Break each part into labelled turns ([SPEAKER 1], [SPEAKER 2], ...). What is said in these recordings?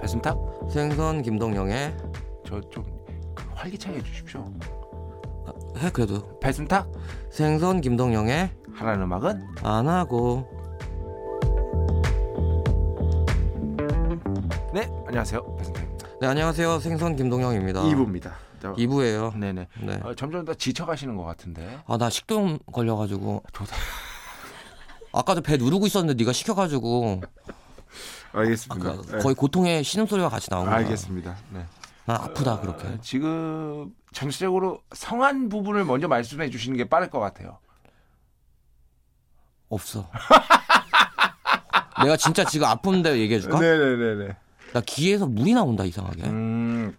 [SPEAKER 1] 배순탁
[SPEAKER 2] 생선 김동영의
[SPEAKER 1] 저좀 활기차게 해주십시오.
[SPEAKER 2] 해 그래도
[SPEAKER 1] 배순탁
[SPEAKER 2] 생선 김동영의
[SPEAKER 1] 하라는 음악은
[SPEAKER 2] 안 하고
[SPEAKER 1] 네 안녕하세요 배순탁입니다.
[SPEAKER 2] 네 안녕하세요 생선 김동영입니다
[SPEAKER 3] 아.
[SPEAKER 1] 2부입니다.
[SPEAKER 2] 이부예요
[SPEAKER 1] 네네.
[SPEAKER 3] 음.
[SPEAKER 2] 네.
[SPEAKER 1] 어, 점점 더 지쳐가시는 것 같은데.
[SPEAKER 2] 아 나 식도염 걸려가지고 아까도 배 누르고 있었는데 네가 시켜가지고
[SPEAKER 3] 알겠습니다.
[SPEAKER 2] 아까 그,
[SPEAKER 3] 예.
[SPEAKER 2] 거의 고통의 신음소리가 같이 나온 거야
[SPEAKER 3] 알겠습니다. 네.
[SPEAKER 2] 난 아프다 그렇게
[SPEAKER 1] 지금 전체적으로 성한 부분을 먼저 말씀해 주시는 게 빠를 것 같아요.
[SPEAKER 2] 없어 내가 진짜 지금 아픈데 얘기해줄까?
[SPEAKER 3] 네네네네.
[SPEAKER 2] 나 귀에서 물이 나온다 이상하게
[SPEAKER 1] 음,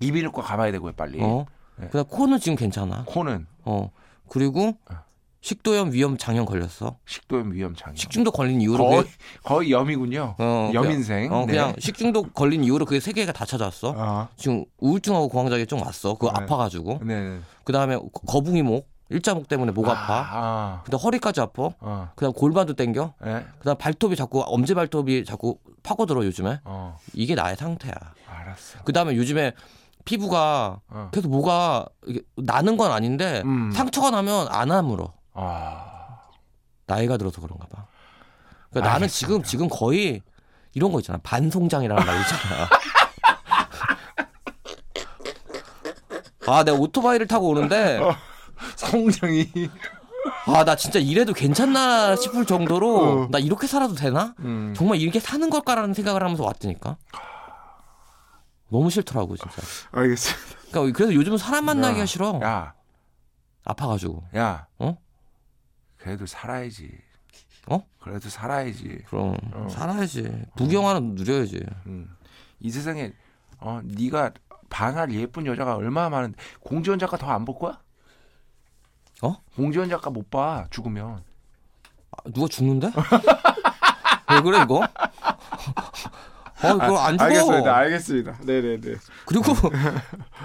[SPEAKER 1] 이비인후과 가봐야 되고요 빨리.
[SPEAKER 2] 어?
[SPEAKER 3] 예.
[SPEAKER 1] 네.
[SPEAKER 2] 그다음 코는 지금 괜찮아
[SPEAKER 1] 코는
[SPEAKER 2] 어 그리고
[SPEAKER 3] 아.
[SPEAKER 2] 식도염 위염 장염 걸렸어
[SPEAKER 1] 식도염 위험 장애.
[SPEAKER 2] 식중독 걸린 이후로
[SPEAKER 1] 거의
[SPEAKER 2] 그게-
[SPEAKER 1] 거의 염이군요.
[SPEAKER 2] 어,
[SPEAKER 1] 염인생.
[SPEAKER 2] 어,
[SPEAKER 1] 네.
[SPEAKER 2] 그냥 식중독 걸린 이후로 그게 세 개가 다 찾아왔어
[SPEAKER 3] 아,
[SPEAKER 2] 지금 우울증하고 공황장애 좀 왔어 그거
[SPEAKER 3] 네.
[SPEAKER 2] 아파가지고
[SPEAKER 1] 네.
[SPEAKER 2] 그다음에 거- 거북이 목 일자목 때문에 목 아파
[SPEAKER 1] 아,
[SPEAKER 2] 그다음 허리까지 아파
[SPEAKER 1] 어,
[SPEAKER 2] 그다음 골반도 땡겨
[SPEAKER 1] 네.
[SPEAKER 2] 그다음 발톱이 자꾸 엄지 발톱이 자꾸 파고들어 요즘에
[SPEAKER 1] 어,
[SPEAKER 2] 이게 나의 상태야
[SPEAKER 1] 알았어.
[SPEAKER 2] 그다음에 요즘에 피부가
[SPEAKER 1] 어.
[SPEAKER 2] 계속 뭐가 이게 나는 건 아닌데
[SPEAKER 1] 음.
[SPEAKER 2] 상처가 나면 안 아물어
[SPEAKER 1] 아,
[SPEAKER 2] 나이가 들어서 그런가 봐 그러니까 나는 지금
[SPEAKER 1] 알겠습니다.
[SPEAKER 2] 지금 거의 이런 거 있잖아 반송장이라는 말 있잖아 아 내가 오토바이를 타고 오는데
[SPEAKER 3] 성장이
[SPEAKER 2] 아 나 진짜 이래도 괜찮나 싶을 정도로
[SPEAKER 1] 어.
[SPEAKER 2] 나 이렇게 살아도 되나?
[SPEAKER 1] 음.
[SPEAKER 2] 정말 이렇게 사는 걸까라는 생각을 하면서 왔으니까 너무 싫더라고 진짜.
[SPEAKER 3] 알겠습니다.
[SPEAKER 2] 그러니까 그래서 요즘 은 사람 만나기가
[SPEAKER 1] 야,
[SPEAKER 2] 싫어.
[SPEAKER 1] 야,
[SPEAKER 2] 아파가지고
[SPEAKER 1] 야,
[SPEAKER 2] 어?
[SPEAKER 1] 그래도 살아야지.
[SPEAKER 2] 어?
[SPEAKER 1] 그래도 살아야지.
[SPEAKER 2] 그럼
[SPEAKER 1] 어.
[SPEAKER 2] 살아야지 부경하는 누려야지.
[SPEAKER 1] 음. 이 세상에 어, 네가 반할 예쁜 여자가 얼마나 많은데 공지원 작가 더 안 볼 거야?
[SPEAKER 2] 어?
[SPEAKER 1] 공지원 작가 못 봐. 죽으면.
[SPEAKER 2] 아, 누가 죽는데? 왜 그래 이거? 아 이거 안 죽어.
[SPEAKER 3] 알겠습니다. 알겠습니다. 네네네.
[SPEAKER 2] 그리고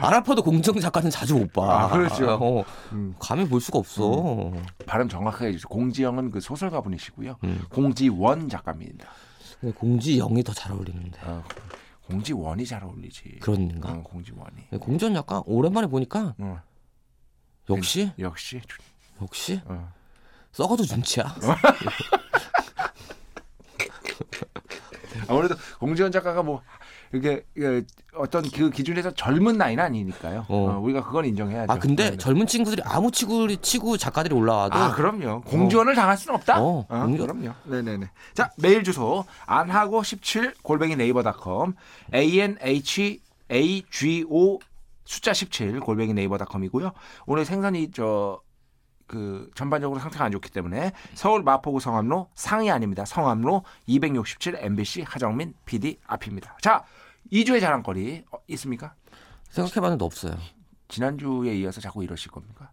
[SPEAKER 2] 안 아파도 공정 작가는 자주 못 봐.
[SPEAKER 1] 아, 그렇죠.
[SPEAKER 2] 어, 감히 볼 수가 없어.
[SPEAKER 1] 발음 정확하게 해주세요. 공지영은 그 소설가 분이시고요.
[SPEAKER 2] 음.
[SPEAKER 1] 공지원 작가입니다.
[SPEAKER 2] 근데 공지영이 더 잘 어울리는데.
[SPEAKER 1] 어, 공지원이 잘 어울리지.
[SPEAKER 2] 그런가?
[SPEAKER 1] 어, 공지원이.
[SPEAKER 2] 공전 약간 오랜만에 보니까
[SPEAKER 1] 어,
[SPEAKER 2] 역시
[SPEAKER 1] 역시 주-
[SPEAKER 2] 역시
[SPEAKER 1] 어.
[SPEAKER 2] 썩어도
[SPEAKER 1] 아,
[SPEAKER 2] 준치야.
[SPEAKER 1] 아무래도 공지원 작가가 뭐 이렇게 예, 어떤 그 기준에서 젊은 나이는 아니니까요.
[SPEAKER 2] 어.
[SPEAKER 1] 어, 우리가 그건 인정해야죠.
[SPEAKER 2] 아 근데
[SPEAKER 1] 네.
[SPEAKER 2] 젊은 친구들이 아무 치구 치구 작가들이 올라와도
[SPEAKER 1] 아 그럼요. 공지원을 당할 수는 없다.
[SPEAKER 2] 어,
[SPEAKER 1] 아,
[SPEAKER 2] 공지-
[SPEAKER 1] 그럼요. 네네네. 자 메일 주소 안하고 17 골뱅이 네이버닷컴 a n h a g o 숫자 17 골뱅이 네이버닷컴이고요. 오늘 생선이 저 그 전반적으로 상태가 안 좋기 때문에 서울 마포구 성암로 상이 아닙니다. 성암로 267 MBC 하정민 PD 앞입니다. 자 2주의 자랑거리 어, 있습니까?
[SPEAKER 2] 생각해봤는데 없어요.
[SPEAKER 1] 지난주에 이어서 자꾸 이러실 겁니까?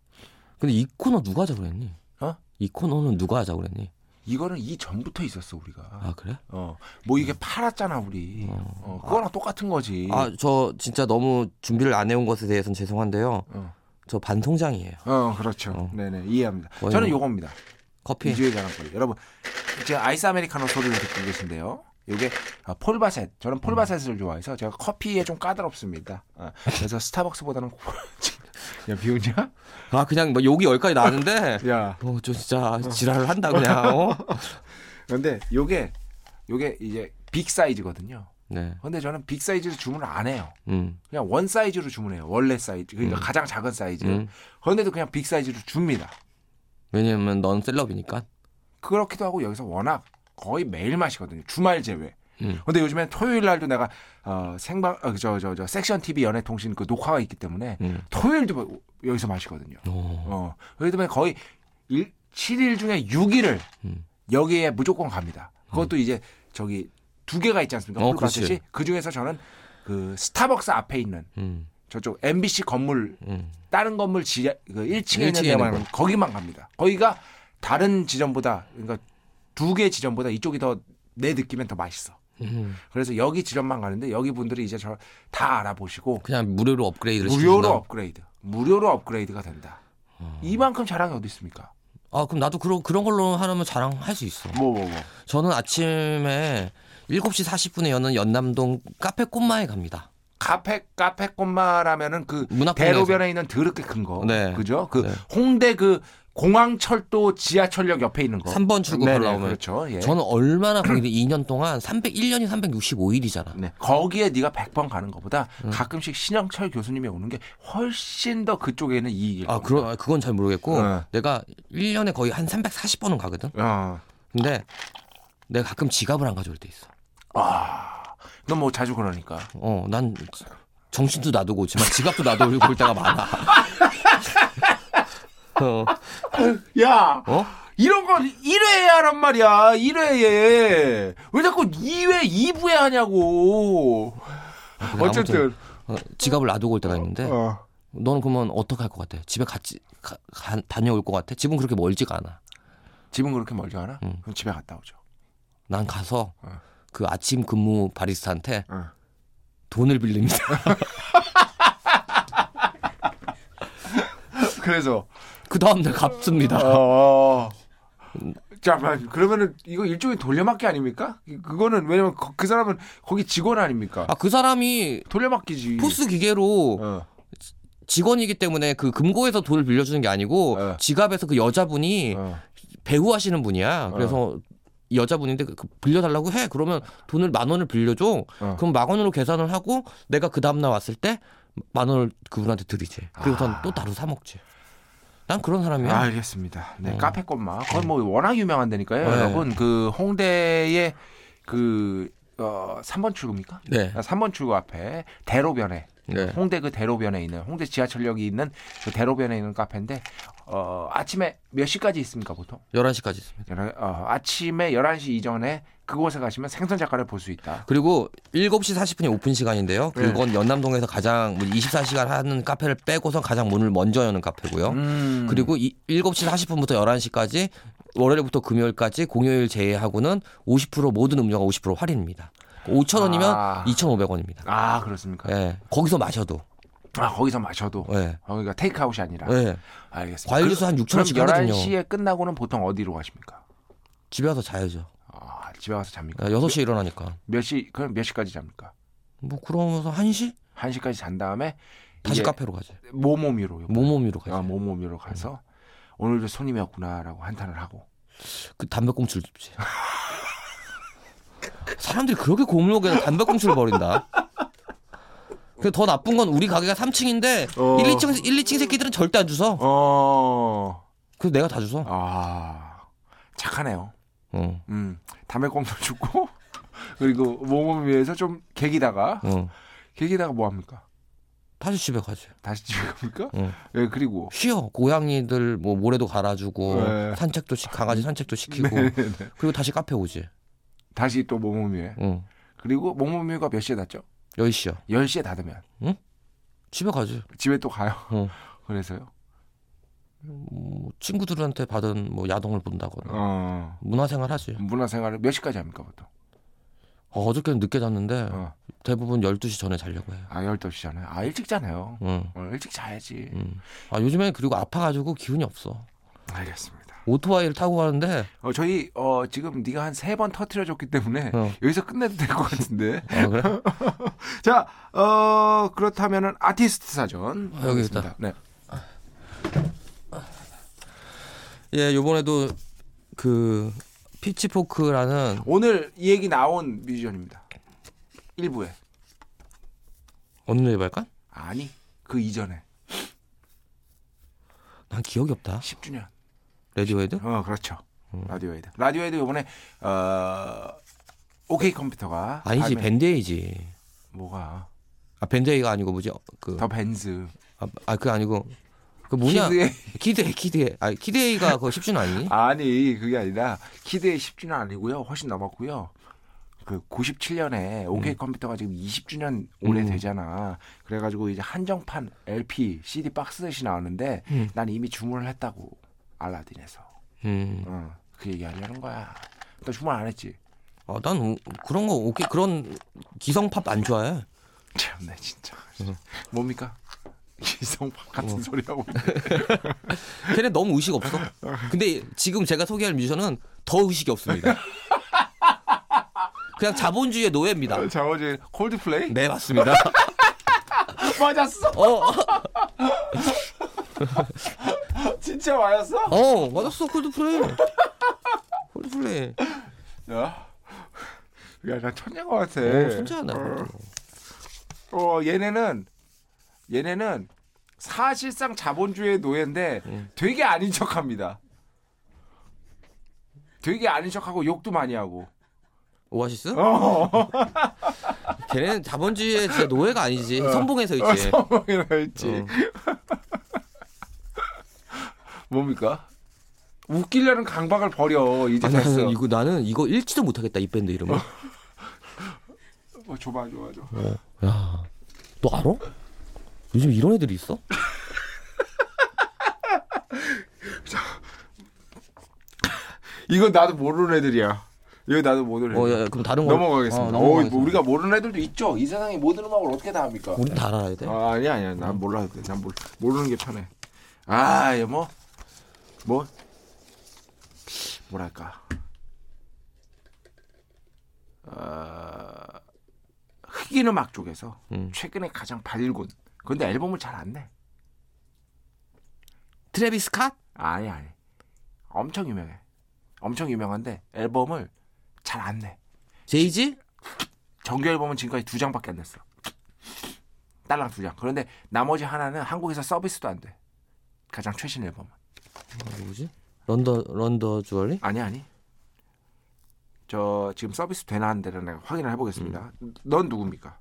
[SPEAKER 2] 근데 이 코너 누가 하자고 그랬니?
[SPEAKER 1] 어?
[SPEAKER 2] 이 코너는 누가 하자고 그랬니?
[SPEAKER 1] 이거는 이 전부터 있었어 우리가.
[SPEAKER 2] 아 그래?
[SPEAKER 1] 어, 뭐 이게 팔았잖아 우리. 어, 그거랑 똑같은 거지.
[SPEAKER 2] 음. 아 저 진짜 너무 준비를 안 해온 것에 대해서는 죄송한데요.
[SPEAKER 1] 어.
[SPEAKER 2] 저 반송장이에요.
[SPEAKER 1] 어, 그렇죠. 네네 이해합니다.
[SPEAKER 2] 거의
[SPEAKER 1] 저는
[SPEAKER 2] 뭐-
[SPEAKER 1] 요겁니다.
[SPEAKER 2] 커피.
[SPEAKER 1] 이주의 자랑거리. 여러분, 제가 아이스 아메리카노 소리를 듣고 계신데요. 요게 아, 폴바셋. 저는 폴바셋을 좋아해서 제가 커피에 좀 까다롭습니다. 어, 그래서 스타벅스보다는 야 비오냐?
[SPEAKER 2] 아 그냥 뭐 욕이 여기까지 나는데.
[SPEAKER 3] 야,
[SPEAKER 2] 어저 진짜 지랄을 한다 그냥. 어?
[SPEAKER 1] 근데 요게 요게 이제 빅 사이즈거든요.
[SPEAKER 2] 네.
[SPEAKER 1] 근데 저는 빅 사이즈에서 주문을 안 해요.
[SPEAKER 2] 음.
[SPEAKER 1] 그냥 원 사이즈로 주문해요. 원래 사이즈. 그러니까 가장 작은 사이즈.
[SPEAKER 2] 음.
[SPEAKER 1] 그런데도 그냥 빅 사이즈로 줍니다.
[SPEAKER 2] 왜냐면 넌 셀럽이니까.
[SPEAKER 1] 그렇기도 하고 여기서 워낙 거의 매일 마시거든요. 주말 제외.
[SPEAKER 2] 음.
[SPEAKER 1] 근데 요즘엔 토요일 날도 내가 어, 생방 저저저 섹션 TV 연애 통신 그 녹화가 있기 때문에
[SPEAKER 2] 음.
[SPEAKER 1] 토요일도 뭐- 여기서 마시거든요.
[SPEAKER 2] 어.
[SPEAKER 1] 어. 그렇기 때문에 거의 일, 7일 중에 6일을
[SPEAKER 2] 음.
[SPEAKER 1] 여기에 무조건 갑니다. 그것도 이제 저기 두 개가 있지 않습니까?
[SPEAKER 2] 어,
[SPEAKER 1] 폴바셋이.
[SPEAKER 2] 그렇지.
[SPEAKER 1] 그 중에서 저는 그 스타벅스 앞에 있는
[SPEAKER 2] 음.
[SPEAKER 1] 저쪽 MBC 건물
[SPEAKER 2] 음.
[SPEAKER 1] 다른 건물 지하 그 1층에 있는
[SPEAKER 2] 1층에 있는
[SPEAKER 1] 데만 거기만 갑니다. 거기가 다른 지점보다 그러니까 두 개 지점보다 이쪽이 더 내 느낌엔 더 맛있어.
[SPEAKER 2] 음.
[SPEAKER 1] 그래서 여기 지점만 가는데 여기 분들이 이제 저 다 알아보시고
[SPEAKER 2] 그냥 무료로 업그레이드를
[SPEAKER 1] 무료로
[SPEAKER 2] 시키는구나. 어.
[SPEAKER 1] 업그레이드. 무료로 업그레이드가 된다. 이만큼 자랑이 어디 있습니까?
[SPEAKER 2] 아 그럼 나도 그런 그런 걸로 하면 자랑할 수 있어.
[SPEAKER 1] 뭐 뭐 뭐.
[SPEAKER 2] 저는 아침에 7시 40분에 여는 연남동 카페 꽃마에 갑니다.
[SPEAKER 1] 카페 카페 꽃마라면은 그
[SPEAKER 2] 문 앞에
[SPEAKER 1] 대로변에 있는 더럽게 큰 거.
[SPEAKER 2] 네.
[SPEAKER 1] 그죠? 그
[SPEAKER 2] 네.
[SPEAKER 1] 홍대 그 공항철도 지하철역 옆에 있는 거.
[SPEAKER 2] 3번 출구
[SPEAKER 1] 네네,
[SPEAKER 2] 걸어오면.
[SPEAKER 1] 그렇죠. 예.
[SPEAKER 2] 저는 얼마나 거기 2년 동안 301년이 365일이잖아.
[SPEAKER 1] 네. 거기에 네가 100번 가는 것보다
[SPEAKER 2] 음.
[SPEAKER 1] 가끔씩 신영철 교수님이 오는 게 훨씬 더 그쪽에는 이익일
[SPEAKER 2] 아,
[SPEAKER 1] 거예요.
[SPEAKER 2] 그러, 아, 그건 잘 모르겠고
[SPEAKER 1] 네.
[SPEAKER 2] 내가 1년에 거의 한 340번은 가거든.
[SPEAKER 1] 어.
[SPEAKER 2] 근데 내가 가끔 지갑을 안 가져올 때 있어.
[SPEAKER 1] 아. 넌 뭐 자주 그러니까.
[SPEAKER 2] 어, 난 정신도 놔두고 오지만 지갑도 놔두고 올 때가 많아. 어,
[SPEAKER 1] 야,
[SPEAKER 2] 어?
[SPEAKER 1] 이런 건 1회에 하란 말이야. 1회에. 왜 자꾸 2회, 2부에 하냐고.
[SPEAKER 2] 근데
[SPEAKER 3] 어쨌든
[SPEAKER 2] 아무튼, 어, 지갑을 놔두고 올 때가 있는데
[SPEAKER 3] 어.
[SPEAKER 2] 너는 그러면 어떻게 할 것 같아? 집에 같이 가- 가- 다녀올 것 같아? 집은 그렇게 멀지가 않아.
[SPEAKER 1] 집은 그렇게 멀지 않아?
[SPEAKER 2] 네. 음.
[SPEAKER 1] 그럼 집에 갔다 오죠.
[SPEAKER 2] 난 가서
[SPEAKER 1] 어.
[SPEAKER 2] 그 아침 근무 바리스타한테
[SPEAKER 1] 어.
[SPEAKER 2] 돈을 빌립니다.
[SPEAKER 3] 그래서
[SPEAKER 2] 그 다음 날 갚습니다.
[SPEAKER 3] 어.
[SPEAKER 2] 음.
[SPEAKER 1] 자, 마- 그러면은 이거 일종의 돌려막기 아닙니까? 이- 그거는 왜냐면 거- 그 사람은 거기 직원 아닙니까?
[SPEAKER 2] 아, 그 사람이
[SPEAKER 1] 돌려막기지.
[SPEAKER 2] 포스 기계로
[SPEAKER 1] 어.
[SPEAKER 2] 직원이기 때문에 그 금고에서 돈을 빌려주는 게 아니고
[SPEAKER 1] 어.
[SPEAKER 2] 지갑에서 그 여자분이
[SPEAKER 1] 어.
[SPEAKER 2] 배우 하시는 분이야. 그래서 여자분인데 그- 빌려달라고 해. 그러면 돈을 만 원을 빌려줘.
[SPEAKER 1] 어.
[SPEAKER 2] 그럼 만 원으로 계산을 하고 내가 그 다음 날 왔을 때 만 원을 그분한테 드리지. 그리고 선 또 따로 사 먹지. 난 그런 사람이야.
[SPEAKER 1] 아, 알겠습니다. 네, 카페 꽃마. 그건 뭐 워낙 유명한 데니까요,
[SPEAKER 2] 네.
[SPEAKER 1] 여러분. 그 홍대의 그 어, 3번 출구입니까?
[SPEAKER 2] 네.
[SPEAKER 1] 3번 출구 앞에 대로변에
[SPEAKER 2] 네.
[SPEAKER 1] 홍대 그 대로변에 있는 홍대 지하철역이 있는 그 대로변에 있는 카페인데 어, 아침에 몇 시까지 있습니까, 보통?
[SPEAKER 2] 11시까지 있습니다.
[SPEAKER 1] 열한- 어, 아침에 11시 이전에 그곳에 가시면 생선 작가를 볼 수 있다.
[SPEAKER 2] 그리고 7시 40분이 오픈 시간인데요. 그건 연남동에서 가장 뭐 24시간 하는 카페를 빼고선 가장 문을 먼저 여는 카페고요.
[SPEAKER 1] 음.
[SPEAKER 2] 그리고 이 7시 40분부터 11시까지 월요일부터 금요일까지 공휴일 제외하고는 50% 모든 음료가 50% 할인입니다. 5,000원이면
[SPEAKER 1] 아.
[SPEAKER 2] 2,500원입니다.
[SPEAKER 1] 아 그렇습니까?
[SPEAKER 2] 예. 거기서 마셔도.
[SPEAKER 1] 아 거기서 마셔도
[SPEAKER 2] 예.
[SPEAKER 1] 아, 그러니까 테이크아웃이 아니라
[SPEAKER 2] 예.
[SPEAKER 1] 알겠습니다. 그
[SPEAKER 2] 과일 주스 한 6천 원씩 하거든요.
[SPEAKER 1] 11시에 끝나고는 보통 어디로 가십니까?
[SPEAKER 2] 집에 와서 자야죠.
[SPEAKER 1] 아 집에 가서 잡니까?
[SPEAKER 2] 6시에 일어나니까.
[SPEAKER 1] 몇 시? 그럼 몇 시까지 잡니까?
[SPEAKER 2] 뭐 그러면서 1시?
[SPEAKER 1] 한 시까지 잔 다음에
[SPEAKER 2] 다시
[SPEAKER 1] 이제
[SPEAKER 2] 카페로 가죠.
[SPEAKER 1] 모모미로
[SPEAKER 2] 모모미로 음. 가죠.
[SPEAKER 1] 아 모모미로 가서 오늘도 손님이 없구나라고 한탄을 하고
[SPEAKER 2] 그 담배꽁초를 줍지. 사람들이 그렇게 골목에서 담배꽁초를 버린다. 그 더 나쁜 건 우리 가게가 3층인데
[SPEAKER 1] 어.
[SPEAKER 2] 1, 2층 1, 2층 새끼들은 절대 안 주서.
[SPEAKER 1] 어.
[SPEAKER 2] 그래서 내가 다 주서.
[SPEAKER 1] 아. 착하네요.
[SPEAKER 2] 어.
[SPEAKER 1] 음. 담배꽁초 죽고 그리고 모모미에서 좀 개기다가
[SPEAKER 2] 어.
[SPEAKER 1] 개기다가 뭐 합니까?
[SPEAKER 2] 다시 집에 가지.
[SPEAKER 1] 다시 집에 갑니까?
[SPEAKER 2] 응.
[SPEAKER 1] 예, 그리고
[SPEAKER 2] 쉬어. 고양이들 뭐 모래도 갈아주고
[SPEAKER 3] 네.
[SPEAKER 2] 산책도 시, 강아지 산책도 시키고 그리고 다시 카페 오지. 어.
[SPEAKER 1] 다시 또 모모미에
[SPEAKER 2] 응.
[SPEAKER 1] 그리고 모모미가 몇 시에 닫죠?
[SPEAKER 2] 10시야.
[SPEAKER 1] 10시에 닫으면
[SPEAKER 2] 집에 가지.
[SPEAKER 1] 집에 또 가요.
[SPEAKER 2] 어.
[SPEAKER 1] 그래서요.
[SPEAKER 2] 뭐 친구들한테 받은 뭐 야동을 본다거나
[SPEAKER 1] 어.
[SPEAKER 2] 문화생활 하지.
[SPEAKER 1] 문화생활을 몇 시까지 합니까, 보통?
[SPEAKER 2] 어, 어저께는 늦게 잤는데
[SPEAKER 1] 어.
[SPEAKER 2] 대부분 12시 전에 자려고 해요.
[SPEAKER 1] 아, 12시잖아요. 아, 일찍 자네요.
[SPEAKER 2] 응.
[SPEAKER 1] 어, 일찍 자야지.
[SPEAKER 2] 음. 아 요즘에 그리고 아파가지고 기운이 없어.
[SPEAKER 1] 알겠습니다.
[SPEAKER 2] 오토바이를 타고 가는데
[SPEAKER 1] 어, 저희 어, 지금 네가 한 세 번 터트려 줬기 때문에
[SPEAKER 2] 어.
[SPEAKER 1] 여기서 끝내도 될 것 같은데.
[SPEAKER 2] 아 그래?
[SPEAKER 1] 자, 어, 그렇다면은 아티스트 사전.
[SPEAKER 2] 아, 여기 있다.
[SPEAKER 1] 하겠습니다. 네.
[SPEAKER 2] 예 요번에도 그 피치포크라는
[SPEAKER 1] 오늘 이 얘기 나온 뮤지션입니다. 1부에.
[SPEAKER 2] 어느 레이할까
[SPEAKER 1] 아니, 그 이전에
[SPEAKER 2] 난 기억이 없다.
[SPEAKER 1] 10주년.
[SPEAKER 2] 레디웨이드?
[SPEAKER 1] 어, 그렇죠.
[SPEAKER 2] 음.
[SPEAKER 1] 라디오헤드. 라디오헤드 요번에 어 오케이 컴퓨터가
[SPEAKER 2] 아니지
[SPEAKER 1] 발매-
[SPEAKER 2] 밴데이지.
[SPEAKER 1] 뭐가
[SPEAKER 2] 아 밴데이가 아니고 뭐지? 그,
[SPEAKER 1] 더 벤즈
[SPEAKER 2] 그아그 아니고 그 뭐냐?
[SPEAKER 1] 키드의
[SPEAKER 2] 키드에 키드에 아 키드에이가 그거 10주는 아니니?
[SPEAKER 1] 아니 그게 아니라 키드의 10주년 아니고요 훨씬 넘었고요 그 97년에 오케이 컴퓨터가 지금 20주년 올해
[SPEAKER 2] 음.
[SPEAKER 1] 되잖아 그래가지고 이제 한정판 LP CD 박스셋이 나왔는데
[SPEAKER 2] 음.
[SPEAKER 1] 난 이미 주문을 했다고 알라딘에서
[SPEAKER 2] 음.
[SPEAKER 1] 어, 그 얘기 하려는 거야 너 주문 안 했지
[SPEAKER 2] 아난 그런 거 오케이 그런 기성 팝 안 좋아해.
[SPEAKER 1] 음. 참네 진짜 뭡니까 이성밥 같은 소리 하고
[SPEAKER 2] 걔네 너무 의식 없어. 근데 지금 제가 소개할 뮤지션은 더 의식이 없습니다. 그냥 자본주의의 노예입니다.
[SPEAKER 1] 아, 자오지 콜드플레이?
[SPEAKER 2] 네 맞습니다.
[SPEAKER 1] 맞았어?
[SPEAKER 2] 어,
[SPEAKER 1] 진짜 맞았어?
[SPEAKER 2] 어 맞았어 콜드플레이. 콜드플레이. 어,
[SPEAKER 1] 야, 약간 어? 천재 것 같아.
[SPEAKER 2] 어, 천재하나.
[SPEAKER 1] 어. 어 얘네는 얘네는 사실상 자본주의의 노예인데 되게 아닌 척합니다. 되게 아닌 척하고 욕도 많이 하고.
[SPEAKER 2] 오아시스?
[SPEAKER 1] 어,
[SPEAKER 2] 걔네는 자본주의의 진짜 노예가 아니지.
[SPEAKER 1] 어.
[SPEAKER 2] 선봉에서 있지.
[SPEAKER 1] 성공이라 했지.
[SPEAKER 2] 예. 어.
[SPEAKER 1] 뭡니까? 웃기려는 강박을 버려. 이제
[SPEAKER 2] 아니,
[SPEAKER 1] 됐어.
[SPEAKER 2] 나는 이거 나는 이거 읽지도 못하겠다 이 밴드 이름을.
[SPEAKER 1] 어, 줘봐, 줘봐, 줘.
[SPEAKER 2] 야, 너 알아? 요즘 이런 애들이 있어?
[SPEAKER 1] 이거 나도 모르는 애들이야. 이거 나도 모르는 애들.
[SPEAKER 2] 어, 야, 야, 그럼 다른 거
[SPEAKER 1] 넘어가겠습니다.
[SPEAKER 2] 어,
[SPEAKER 1] 오,
[SPEAKER 2] 넘어가겠습니다.
[SPEAKER 1] 뭐 우리가 모르는 애들도 있죠. 이 세상에 모든 음악을 어떻게 다 합니까?
[SPEAKER 2] 우린 다 알아야 돼.
[SPEAKER 1] 아, 아니야, 아니야. 난 몰라도 돼. 난 몰라. 모르는 게 편해. 아, 얘 뭐, 뭐, 뭐랄까. 어, 흑인 음악 쪽에서
[SPEAKER 2] 음.
[SPEAKER 1] 최근에 가장 발군. 근데 앨범을 잘 안 내.
[SPEAKER 2] 트래비스 캇?
[SPEAKER 1] 아니, 아니. 엄청 유명해. 엄청 유명한데 앨범을 잘 안 내.
[SPEAKER 2] 제이지?
[SPEAKER 1] 정규 앨범은 지금까지 두 장밖에 안 냈어. 딸랑 두 장. 그런데 나머지 하나는 한국에서 서비스도 안 돼. 가장 최신 앨범.
[SPEAKER 2] 아, 누구지? 런더 런더 주얼리?
[SPEAKER 1] 아니 아니. 저 지금 서비스 되나 안 되나 내가 확인을 해보겠습니다. 넌 누굽니까?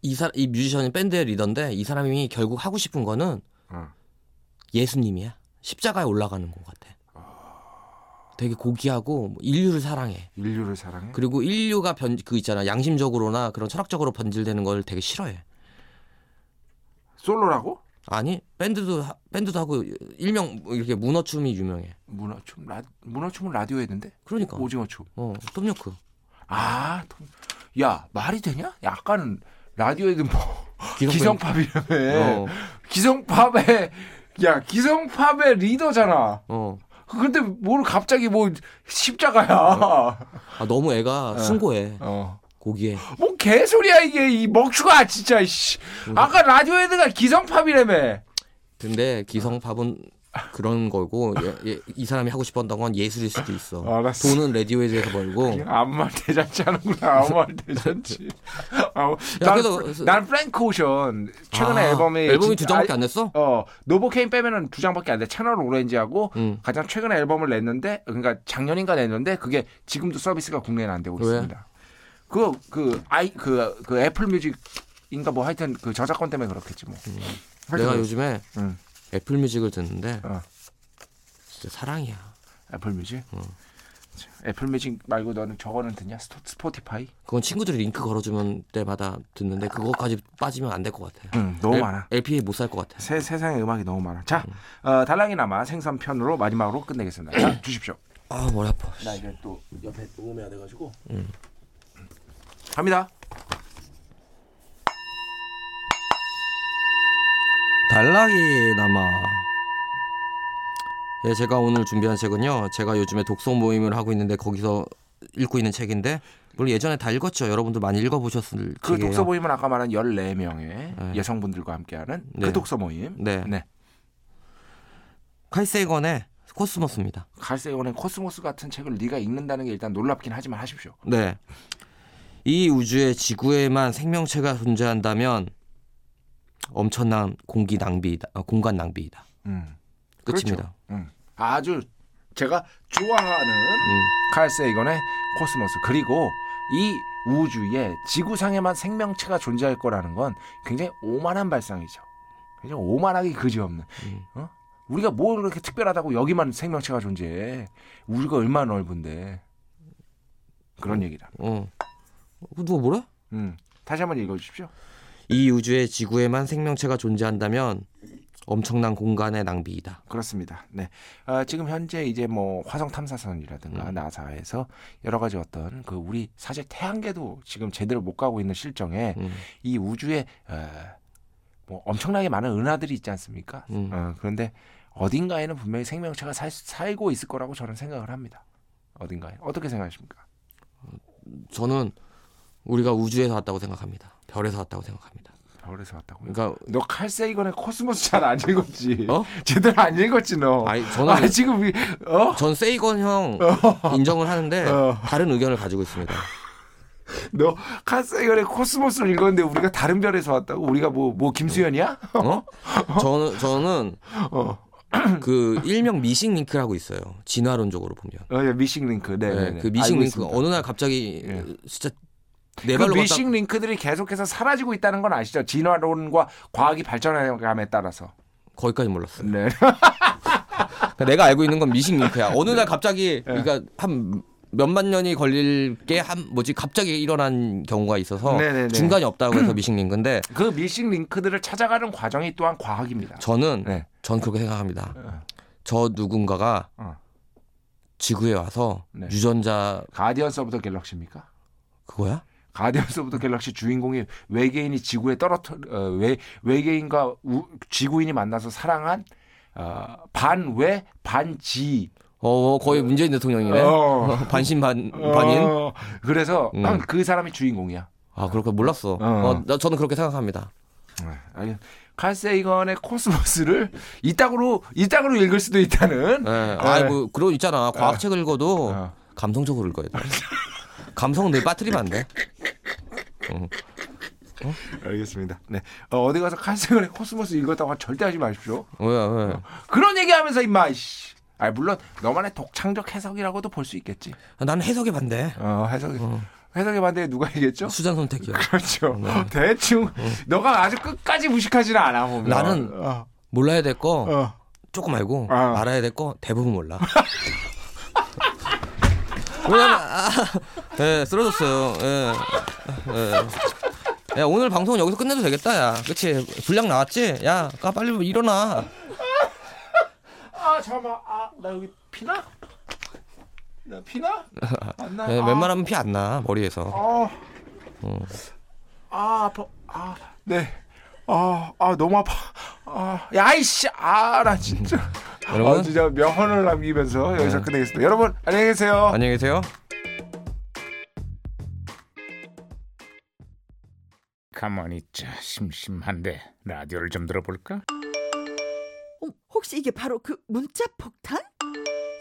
[SPEAKER 2] 이 사람 이 뮤지션이 밴드의 리더인데 이 사람이 결국 하고 싶은 거는
[SPEAKER 1] 응.
[SPEAKER 2] 예수님이야. 십자가에 올라가는 것 같아. 되게 고귀하고 뭐 인류를 사랑해.
[SPEAKER 1] 인류를 사랑해.
[SPEAKER 2] 그리고 인류가 변 그 있잖아 양심적으로나 그런 철학적으로 변질되는 걸 되게 싫어해.
[SPEAKER 1] 솔로라고?
[SPEAKER 2] 아니 밴드도 하- 밴드도 하고 일명 이렇게 문어춤이 유명해.
[SPEAKER 1] 문어춤 라 문어춤은 라디오 했는데
[SPEAKER 2] 그러니까
[SPEAKER 1] 오징어 춤.
[SPEAKER 2] 어 똠요크
[SPEAKER 1] 아, 통- 야 말이 되냐? 약간은 라디오에도 뭐
[SPEAKER 2] 기성
[SPEAKER 1] 기성팝이라며.
[SPEAKER 2] 어,
[SPEAKER 1] 기성팝의 야 기성팝의 리더잖아.
[SPEAKER 2] 어.
[SPEAKER 1] 근데 뭘 갑자기 뭐 십자가야.
[SPEAKER 2] 아 너무 애가 순고해
[SPEAKER 1] 어.
[SPEAKER 2] 고기에
[SPEAKER 1] 뭐 개소리야 이게 이 먹추가 진짜 씨. 아까 라디오에드가 기성팝이라며.
[SPEAKER 2] 근데 기성팝은 그런 거고 예, 예, 이 사람이 하고 싶었던 건 예술일 수도 있어
[SPEAKER 1] 아, 알았어.
[SPEAKER 2] 돈은 레디오에 대해서 벌고
[SPEAKER 1] 아무 말 대잔치 하는구나. 아무 말 대잔치. 아무,
[SPEAKER 2] 야,
[SPEAKER 1] 난,
[SPEAKER 2] 그래서-
[SPEAKER 1] 프랭- 난 프랭크 오션 최근에
[SPEAKER 2] 아,
[SPEAKER 1] 앨범이
[SPEAKER 2] 앨범이
[SPEAKER 1] 진짜
[SPEAKER 2] 두 장밖에
[SPEAKER 1] 아-
[SPEAKER 2] 안 냈어?
[SPEAKER 1] 어 노보케인 빼면은 두 장밖에 안 돼. 채널 오렌지하고
[SPEAKER 2] 응.
[SPEAKER 1] 가장 최근에 앨범을 냈는데 그러니까 작년인가 냈는데 그게 지금도 서비스가 국내에는 안 되고
[SPEAKER 2] 왜?
[SPEAKER 1] 있습니다. 그 그 아이 그 그 애플 뮤직인가 뭐 하여튼 그 저작권 때문에 그렇겠지 뭐. 하여튼
[SPEAKER 2] 음. 내가 요즘에
[SPEAKER 1] 응.
[SPEAKER 2] 애플 뮤직을 듣는데
[SPEAKER 1] 어.
[SPEAKER 2] 진짜 사랑이야
[SPEAKER 1] 애플 뮤직.
[SPEAKER 2] 어.
[SPEAKER 1] 자, 애플 뮤직 말고 너는 저거는 듣냐? 스토, 스포티파이?
[SPEAKER 2] 그건 친구들이 링크 걸어주면 때마다 듣는데 그거까지 빠지면 안 될 것 같아
[SPEAKER 1] 응, 음, 너무
[SPEAKER 2] 엘-
[SPEAKER 1] 많아.
[SPEAKER 2] LP 못 살 것 같아
[SPEAKER 1] 세, 세상에 음악이 너무 많아. 자, 어, 달랑이나마 생선편으로 마지막으로 끝내겠습니다. 자, 주십시오.
[SPEAKER 2] 아 머리 아파
[SPEAKER 4] 나 이제 또 옆에 녹음해야 돼가지고.
[SPEAKER 1] 갑니다.
[SPEAKER 2] 달락이 남아. 예, 제가 오늘 준비한 책은요. 제가 요즘에 독서 모임을 하고 있는데 거기서 읽고 있는 책인데 물론 예전에 다 읽었죠. 여러분도 많이 읽어보셨을
[SPEAKER 1] 그
[SPEAKER 2] 책이에요.
[SPEAKER 1] 독서 모임은 아까 말한 14명의 여성분들과 함께하는 그
[SPEAKER 2] 네.
[SPEAKER 1] 독서 모임.
[SPEAKER 2] 네.
[SPEAKER 1] 네.
[SPEAKER 2] 칼세건의 코스모스입니다.
[SPEAKER 1] 갈세온의 코스모스 같은 책을 네가 읽는다는 게 일단 놀랍긴 하지만 하십시오.
[SPEAKER 2] 네. 이 우주의 지구에만 생명체가 존재한다면 엄청난 공기 낭비이다. 어, 공간 낭비이다.
[SPEAKER 1] 음.
[SPEAKER 2] 끝입니다.
[SPEAKER 1] 음. 아주 제가 좋아하는
[SPEAKER 2] 음.
[SPEAKER 1] 칼 세이건의 코스모스 그리고 이 우주에 지구상에만 생명체가 존재할 거라는 건 굉장히 오만한 발상이죠. 굉장히 오만하기 그지없는.
[SPEAKER 2] 음.
[SPEAKER 1] 어? 우리가 뭘 그렇게 특별하다고 여기만 생명체가 존재해. 우주가 얼마나 넓은데. 그런 얘기다.
[SPEAKER 2] 어. 어, 누가 뭐래?
[SPEAKER 1] 음. 다시 한번 읽어주십시오.
[SPEAKER 2] 이 우주의 지구에만 생명체가 존재한다면 엄청난 공간의 낭비이다.
[SPEAKER 1] 그렇습니다. 네. 아, 지금 현재 이제 뭐 화성 탐사선이라든가
[SPEAKER 2] 음.
[SPEAKER 1] 나사에서 여러 가지 어떤 그 우리 사실 태양계도 지금 제대로 못 가고 있는 실정에
[SPEAKER 2] 음.
[SPEAKER 1] 이 우주의 어, 뭐 엄청나게 많은 은하들이 있지 않습니까?
[SPEAKER 2] 음.
[SPEAKER 1] 어, 그런데 어딘가에는 분명히 생명체가 살, 살고 있을 거라고 저는 생각을 합니다. 어딘가에 어떻게 생각하십니까?
[SPEAKER 2] 저는 우리가 우주에서 왔다고 생각합니다. 별에서 왔다고 생각합니다.
[SPEAKER 1] 별에서 왔다고요?
[SPEAKER 2] 그러니까
[SPEAKER 1] 너 칼세이건의 코스모스 잘 안 읽었지?
[SPEAKER 2] 어?
[SPEAKER 1] 제대로 안 읽었지 너?
[SPEAKER 2] 아니 저는
[SPEAKER 1] 아 지금 위- 어?
[SPEAKER 2] 전 세이건 형 인정을 하는데 다른 의견을 가지고 있습니다.
[SPEAKER 1] 너 칼세이건의 코스모스를 읽었는데 우리가 다른 별에서 왔다고? 우리가 뭐 뭐 김수현이야?
[SPEAKER 2] 어? 저는 저는
[SPEAKER 1] 어.
[SPEAKER 2] 그 일명 미싱 링크라고 있어요. 진화론적으로 보면.
[SPEAKER 1] 어, 예, 미싱 링크. 네, 네,
[SPEAKER 2] 네,
[SPEAKER 1] 네.
[SPEAKER 2] 그 미싱
[SPEAKER 1] 알고
[SPEAKER 2] 링크가
[SPEAKER 1] 있습니다.
[SPEAKER 2] 어느 날 갑자기
[SPEAKER 1] 예.
[SPEAKER 2] 진짜 네
[SPEAKER 1] 그
[SPEAKER 2] 발로 걷다
[SPEAKER 1] 미싱 링크들이 계속해서 사라지고 있다는 건 아시죠? 진화론과 과학이 발전해감에 따라서.
[SPEAKER 2] 거기까지 몰랐어요.
[SPEAKER 1] 네.
[SPEAKER 2] 그러니까 내가 알고 있는 건 미싱 링크야. 어느 날
[SPEAKER 1] 예.
[SPEAKER 2] 갑자기 그러니까 한 몇만 년이 걸릴 게 한 뭐지 갑자기 일어난 경우가 있어서
[SPEAKER 1] 네네네.
[SPEAKER 2] 중간이 없다고 해서 미싱 링크인데
[SPEAKER 1] 그 미싱 링크들을 찾아가는 과정이 또한 과학입니다.
[SPEAKER 2] 저는
[SPEAKER 1] 네. 예.
[SPEAKER 2] 전 그렇게 생각합니다. 저 누군가가
[SPEAKER 1] 어.
[SPEAKER 2] 지구에 와서
[SPEAKER 1] 네.
[SPEAKER 2] 유전자
[SPEAKER 1] 가디언스 오브 더 갤럭시입니까?
[SPEAKER 2] 그거야?
[SPEAKER 1] 가디언스 오브 더 갤럭시 주인공이 외계인이 지구에 떨어뜨 어, 외 외계인과 우- 지구인이 만나서 사랑한 어, 반외 반지
[SPEAKER 2] 어 거의 문재인 대통령이네.
[SPEAKER 1] 어.
[SPEAKER 2] 반신반 반인.
[SPEAKER 1] 어, 그래서
[SPEAKER 2] 음.
[SPEAKER 1] 그 사람이 주인공이야.
[SPEAKER 2] 아 그렇게 몰랐어. 어, 나 저는 그렇게 생각합니다.
[SPEAKER 1] 아니, 칼 세이건의 코스모스를 이 땅으로 이 땅으로 읽을 수도 있다는.
[SPEAKER 2] 예. 아뭐 그런 있잖아. 과학책 읽어도
[SPEAKER 1] 네. 어.
[SPEAKER 2] 감성적으로 읽어야 돼. 감성 늘 빠뜨리면 안 돼.
[SPEAKER 1] 알겠습니다. 네 어, 디 가서 칼 세이건의 코스모스 읽었다고 절대 하지 마십시오.
[SPEAKER 2] 왜 왜?
[SPEAKER 1] 그런 얘기하면서 임마. 이씨. 아 물론 너만의 독창적 해석이라고도 볼 수 있겠지.
[SPEAKER 2] 난 해석에 반대.
[SPEAKER 1] 어 해석이
[SPEAKER 2] 음.
[SPEAKER 1] 해석이 반대 누가 얘기했죠?
[SPEAKER 2] 수잔 선택이야.
[SPEAKER 1] 그렇죠.
[SPEAKER 2] 네.
[SPEAKER 1] 대충 너가 아주 끝까지 무식하지는 않아 보면.
[SPEAKER 2] 음. 나는-
[SPEAKER 1] 어,
[SPEAKER 2] 몰라야 될 거
[SPEAKER 1] 어.
[SPEAKER 2] 조금 알고
[SPEAKER 1] 아.
[SPEAKER 2] 알아야 될 거 대부분 몰라. 왜냐면 아, 예, 쓰러졌어요. 예. 예. 야 오늘 방송 은 여기서 끝내도 되겠다. 야, 그렇지. 분량 나왔지? 야, 까 빨리 일어나.
[SPEAKER 1] 아 잠깐만. 아나 여기 피나? 나 피나? 안 나.
[SPEAKER 2] 예, 웬만하면 피 안 나 머리에서.
[SPEAKER 1] 아,
[SPEAKER 2] 어.
[SPEAKER 1] 아 아파. 아 네. 아, 아 너무 아파. 아, 야이씨, 아, 나 진짜.
[SPEAKER 2] 여러분. 네.
[SPEAKER 1] 아, 진짜 명언을 남기면서 여기서 끝내겠습니다. 여러분 안녕히 계세요.
[SPEAKER 2] 안녕히 계세요.
[SPEAKER 3] 가만히 있자 심심한데 라디오를 좀 들어볼까?
[SPEAKER 5] 어, 혹시 이게 바로 그 문자 폭탄?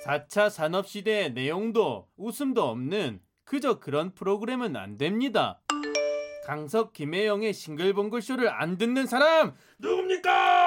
[SPEAKER 6] 4차 산업시대의 내용도 웃음도 없는 그저 그런 프로그램은 안 됩니다. 강석 김혜영의 싱글벙글쇼를 안 듣는 사람 누굽니까?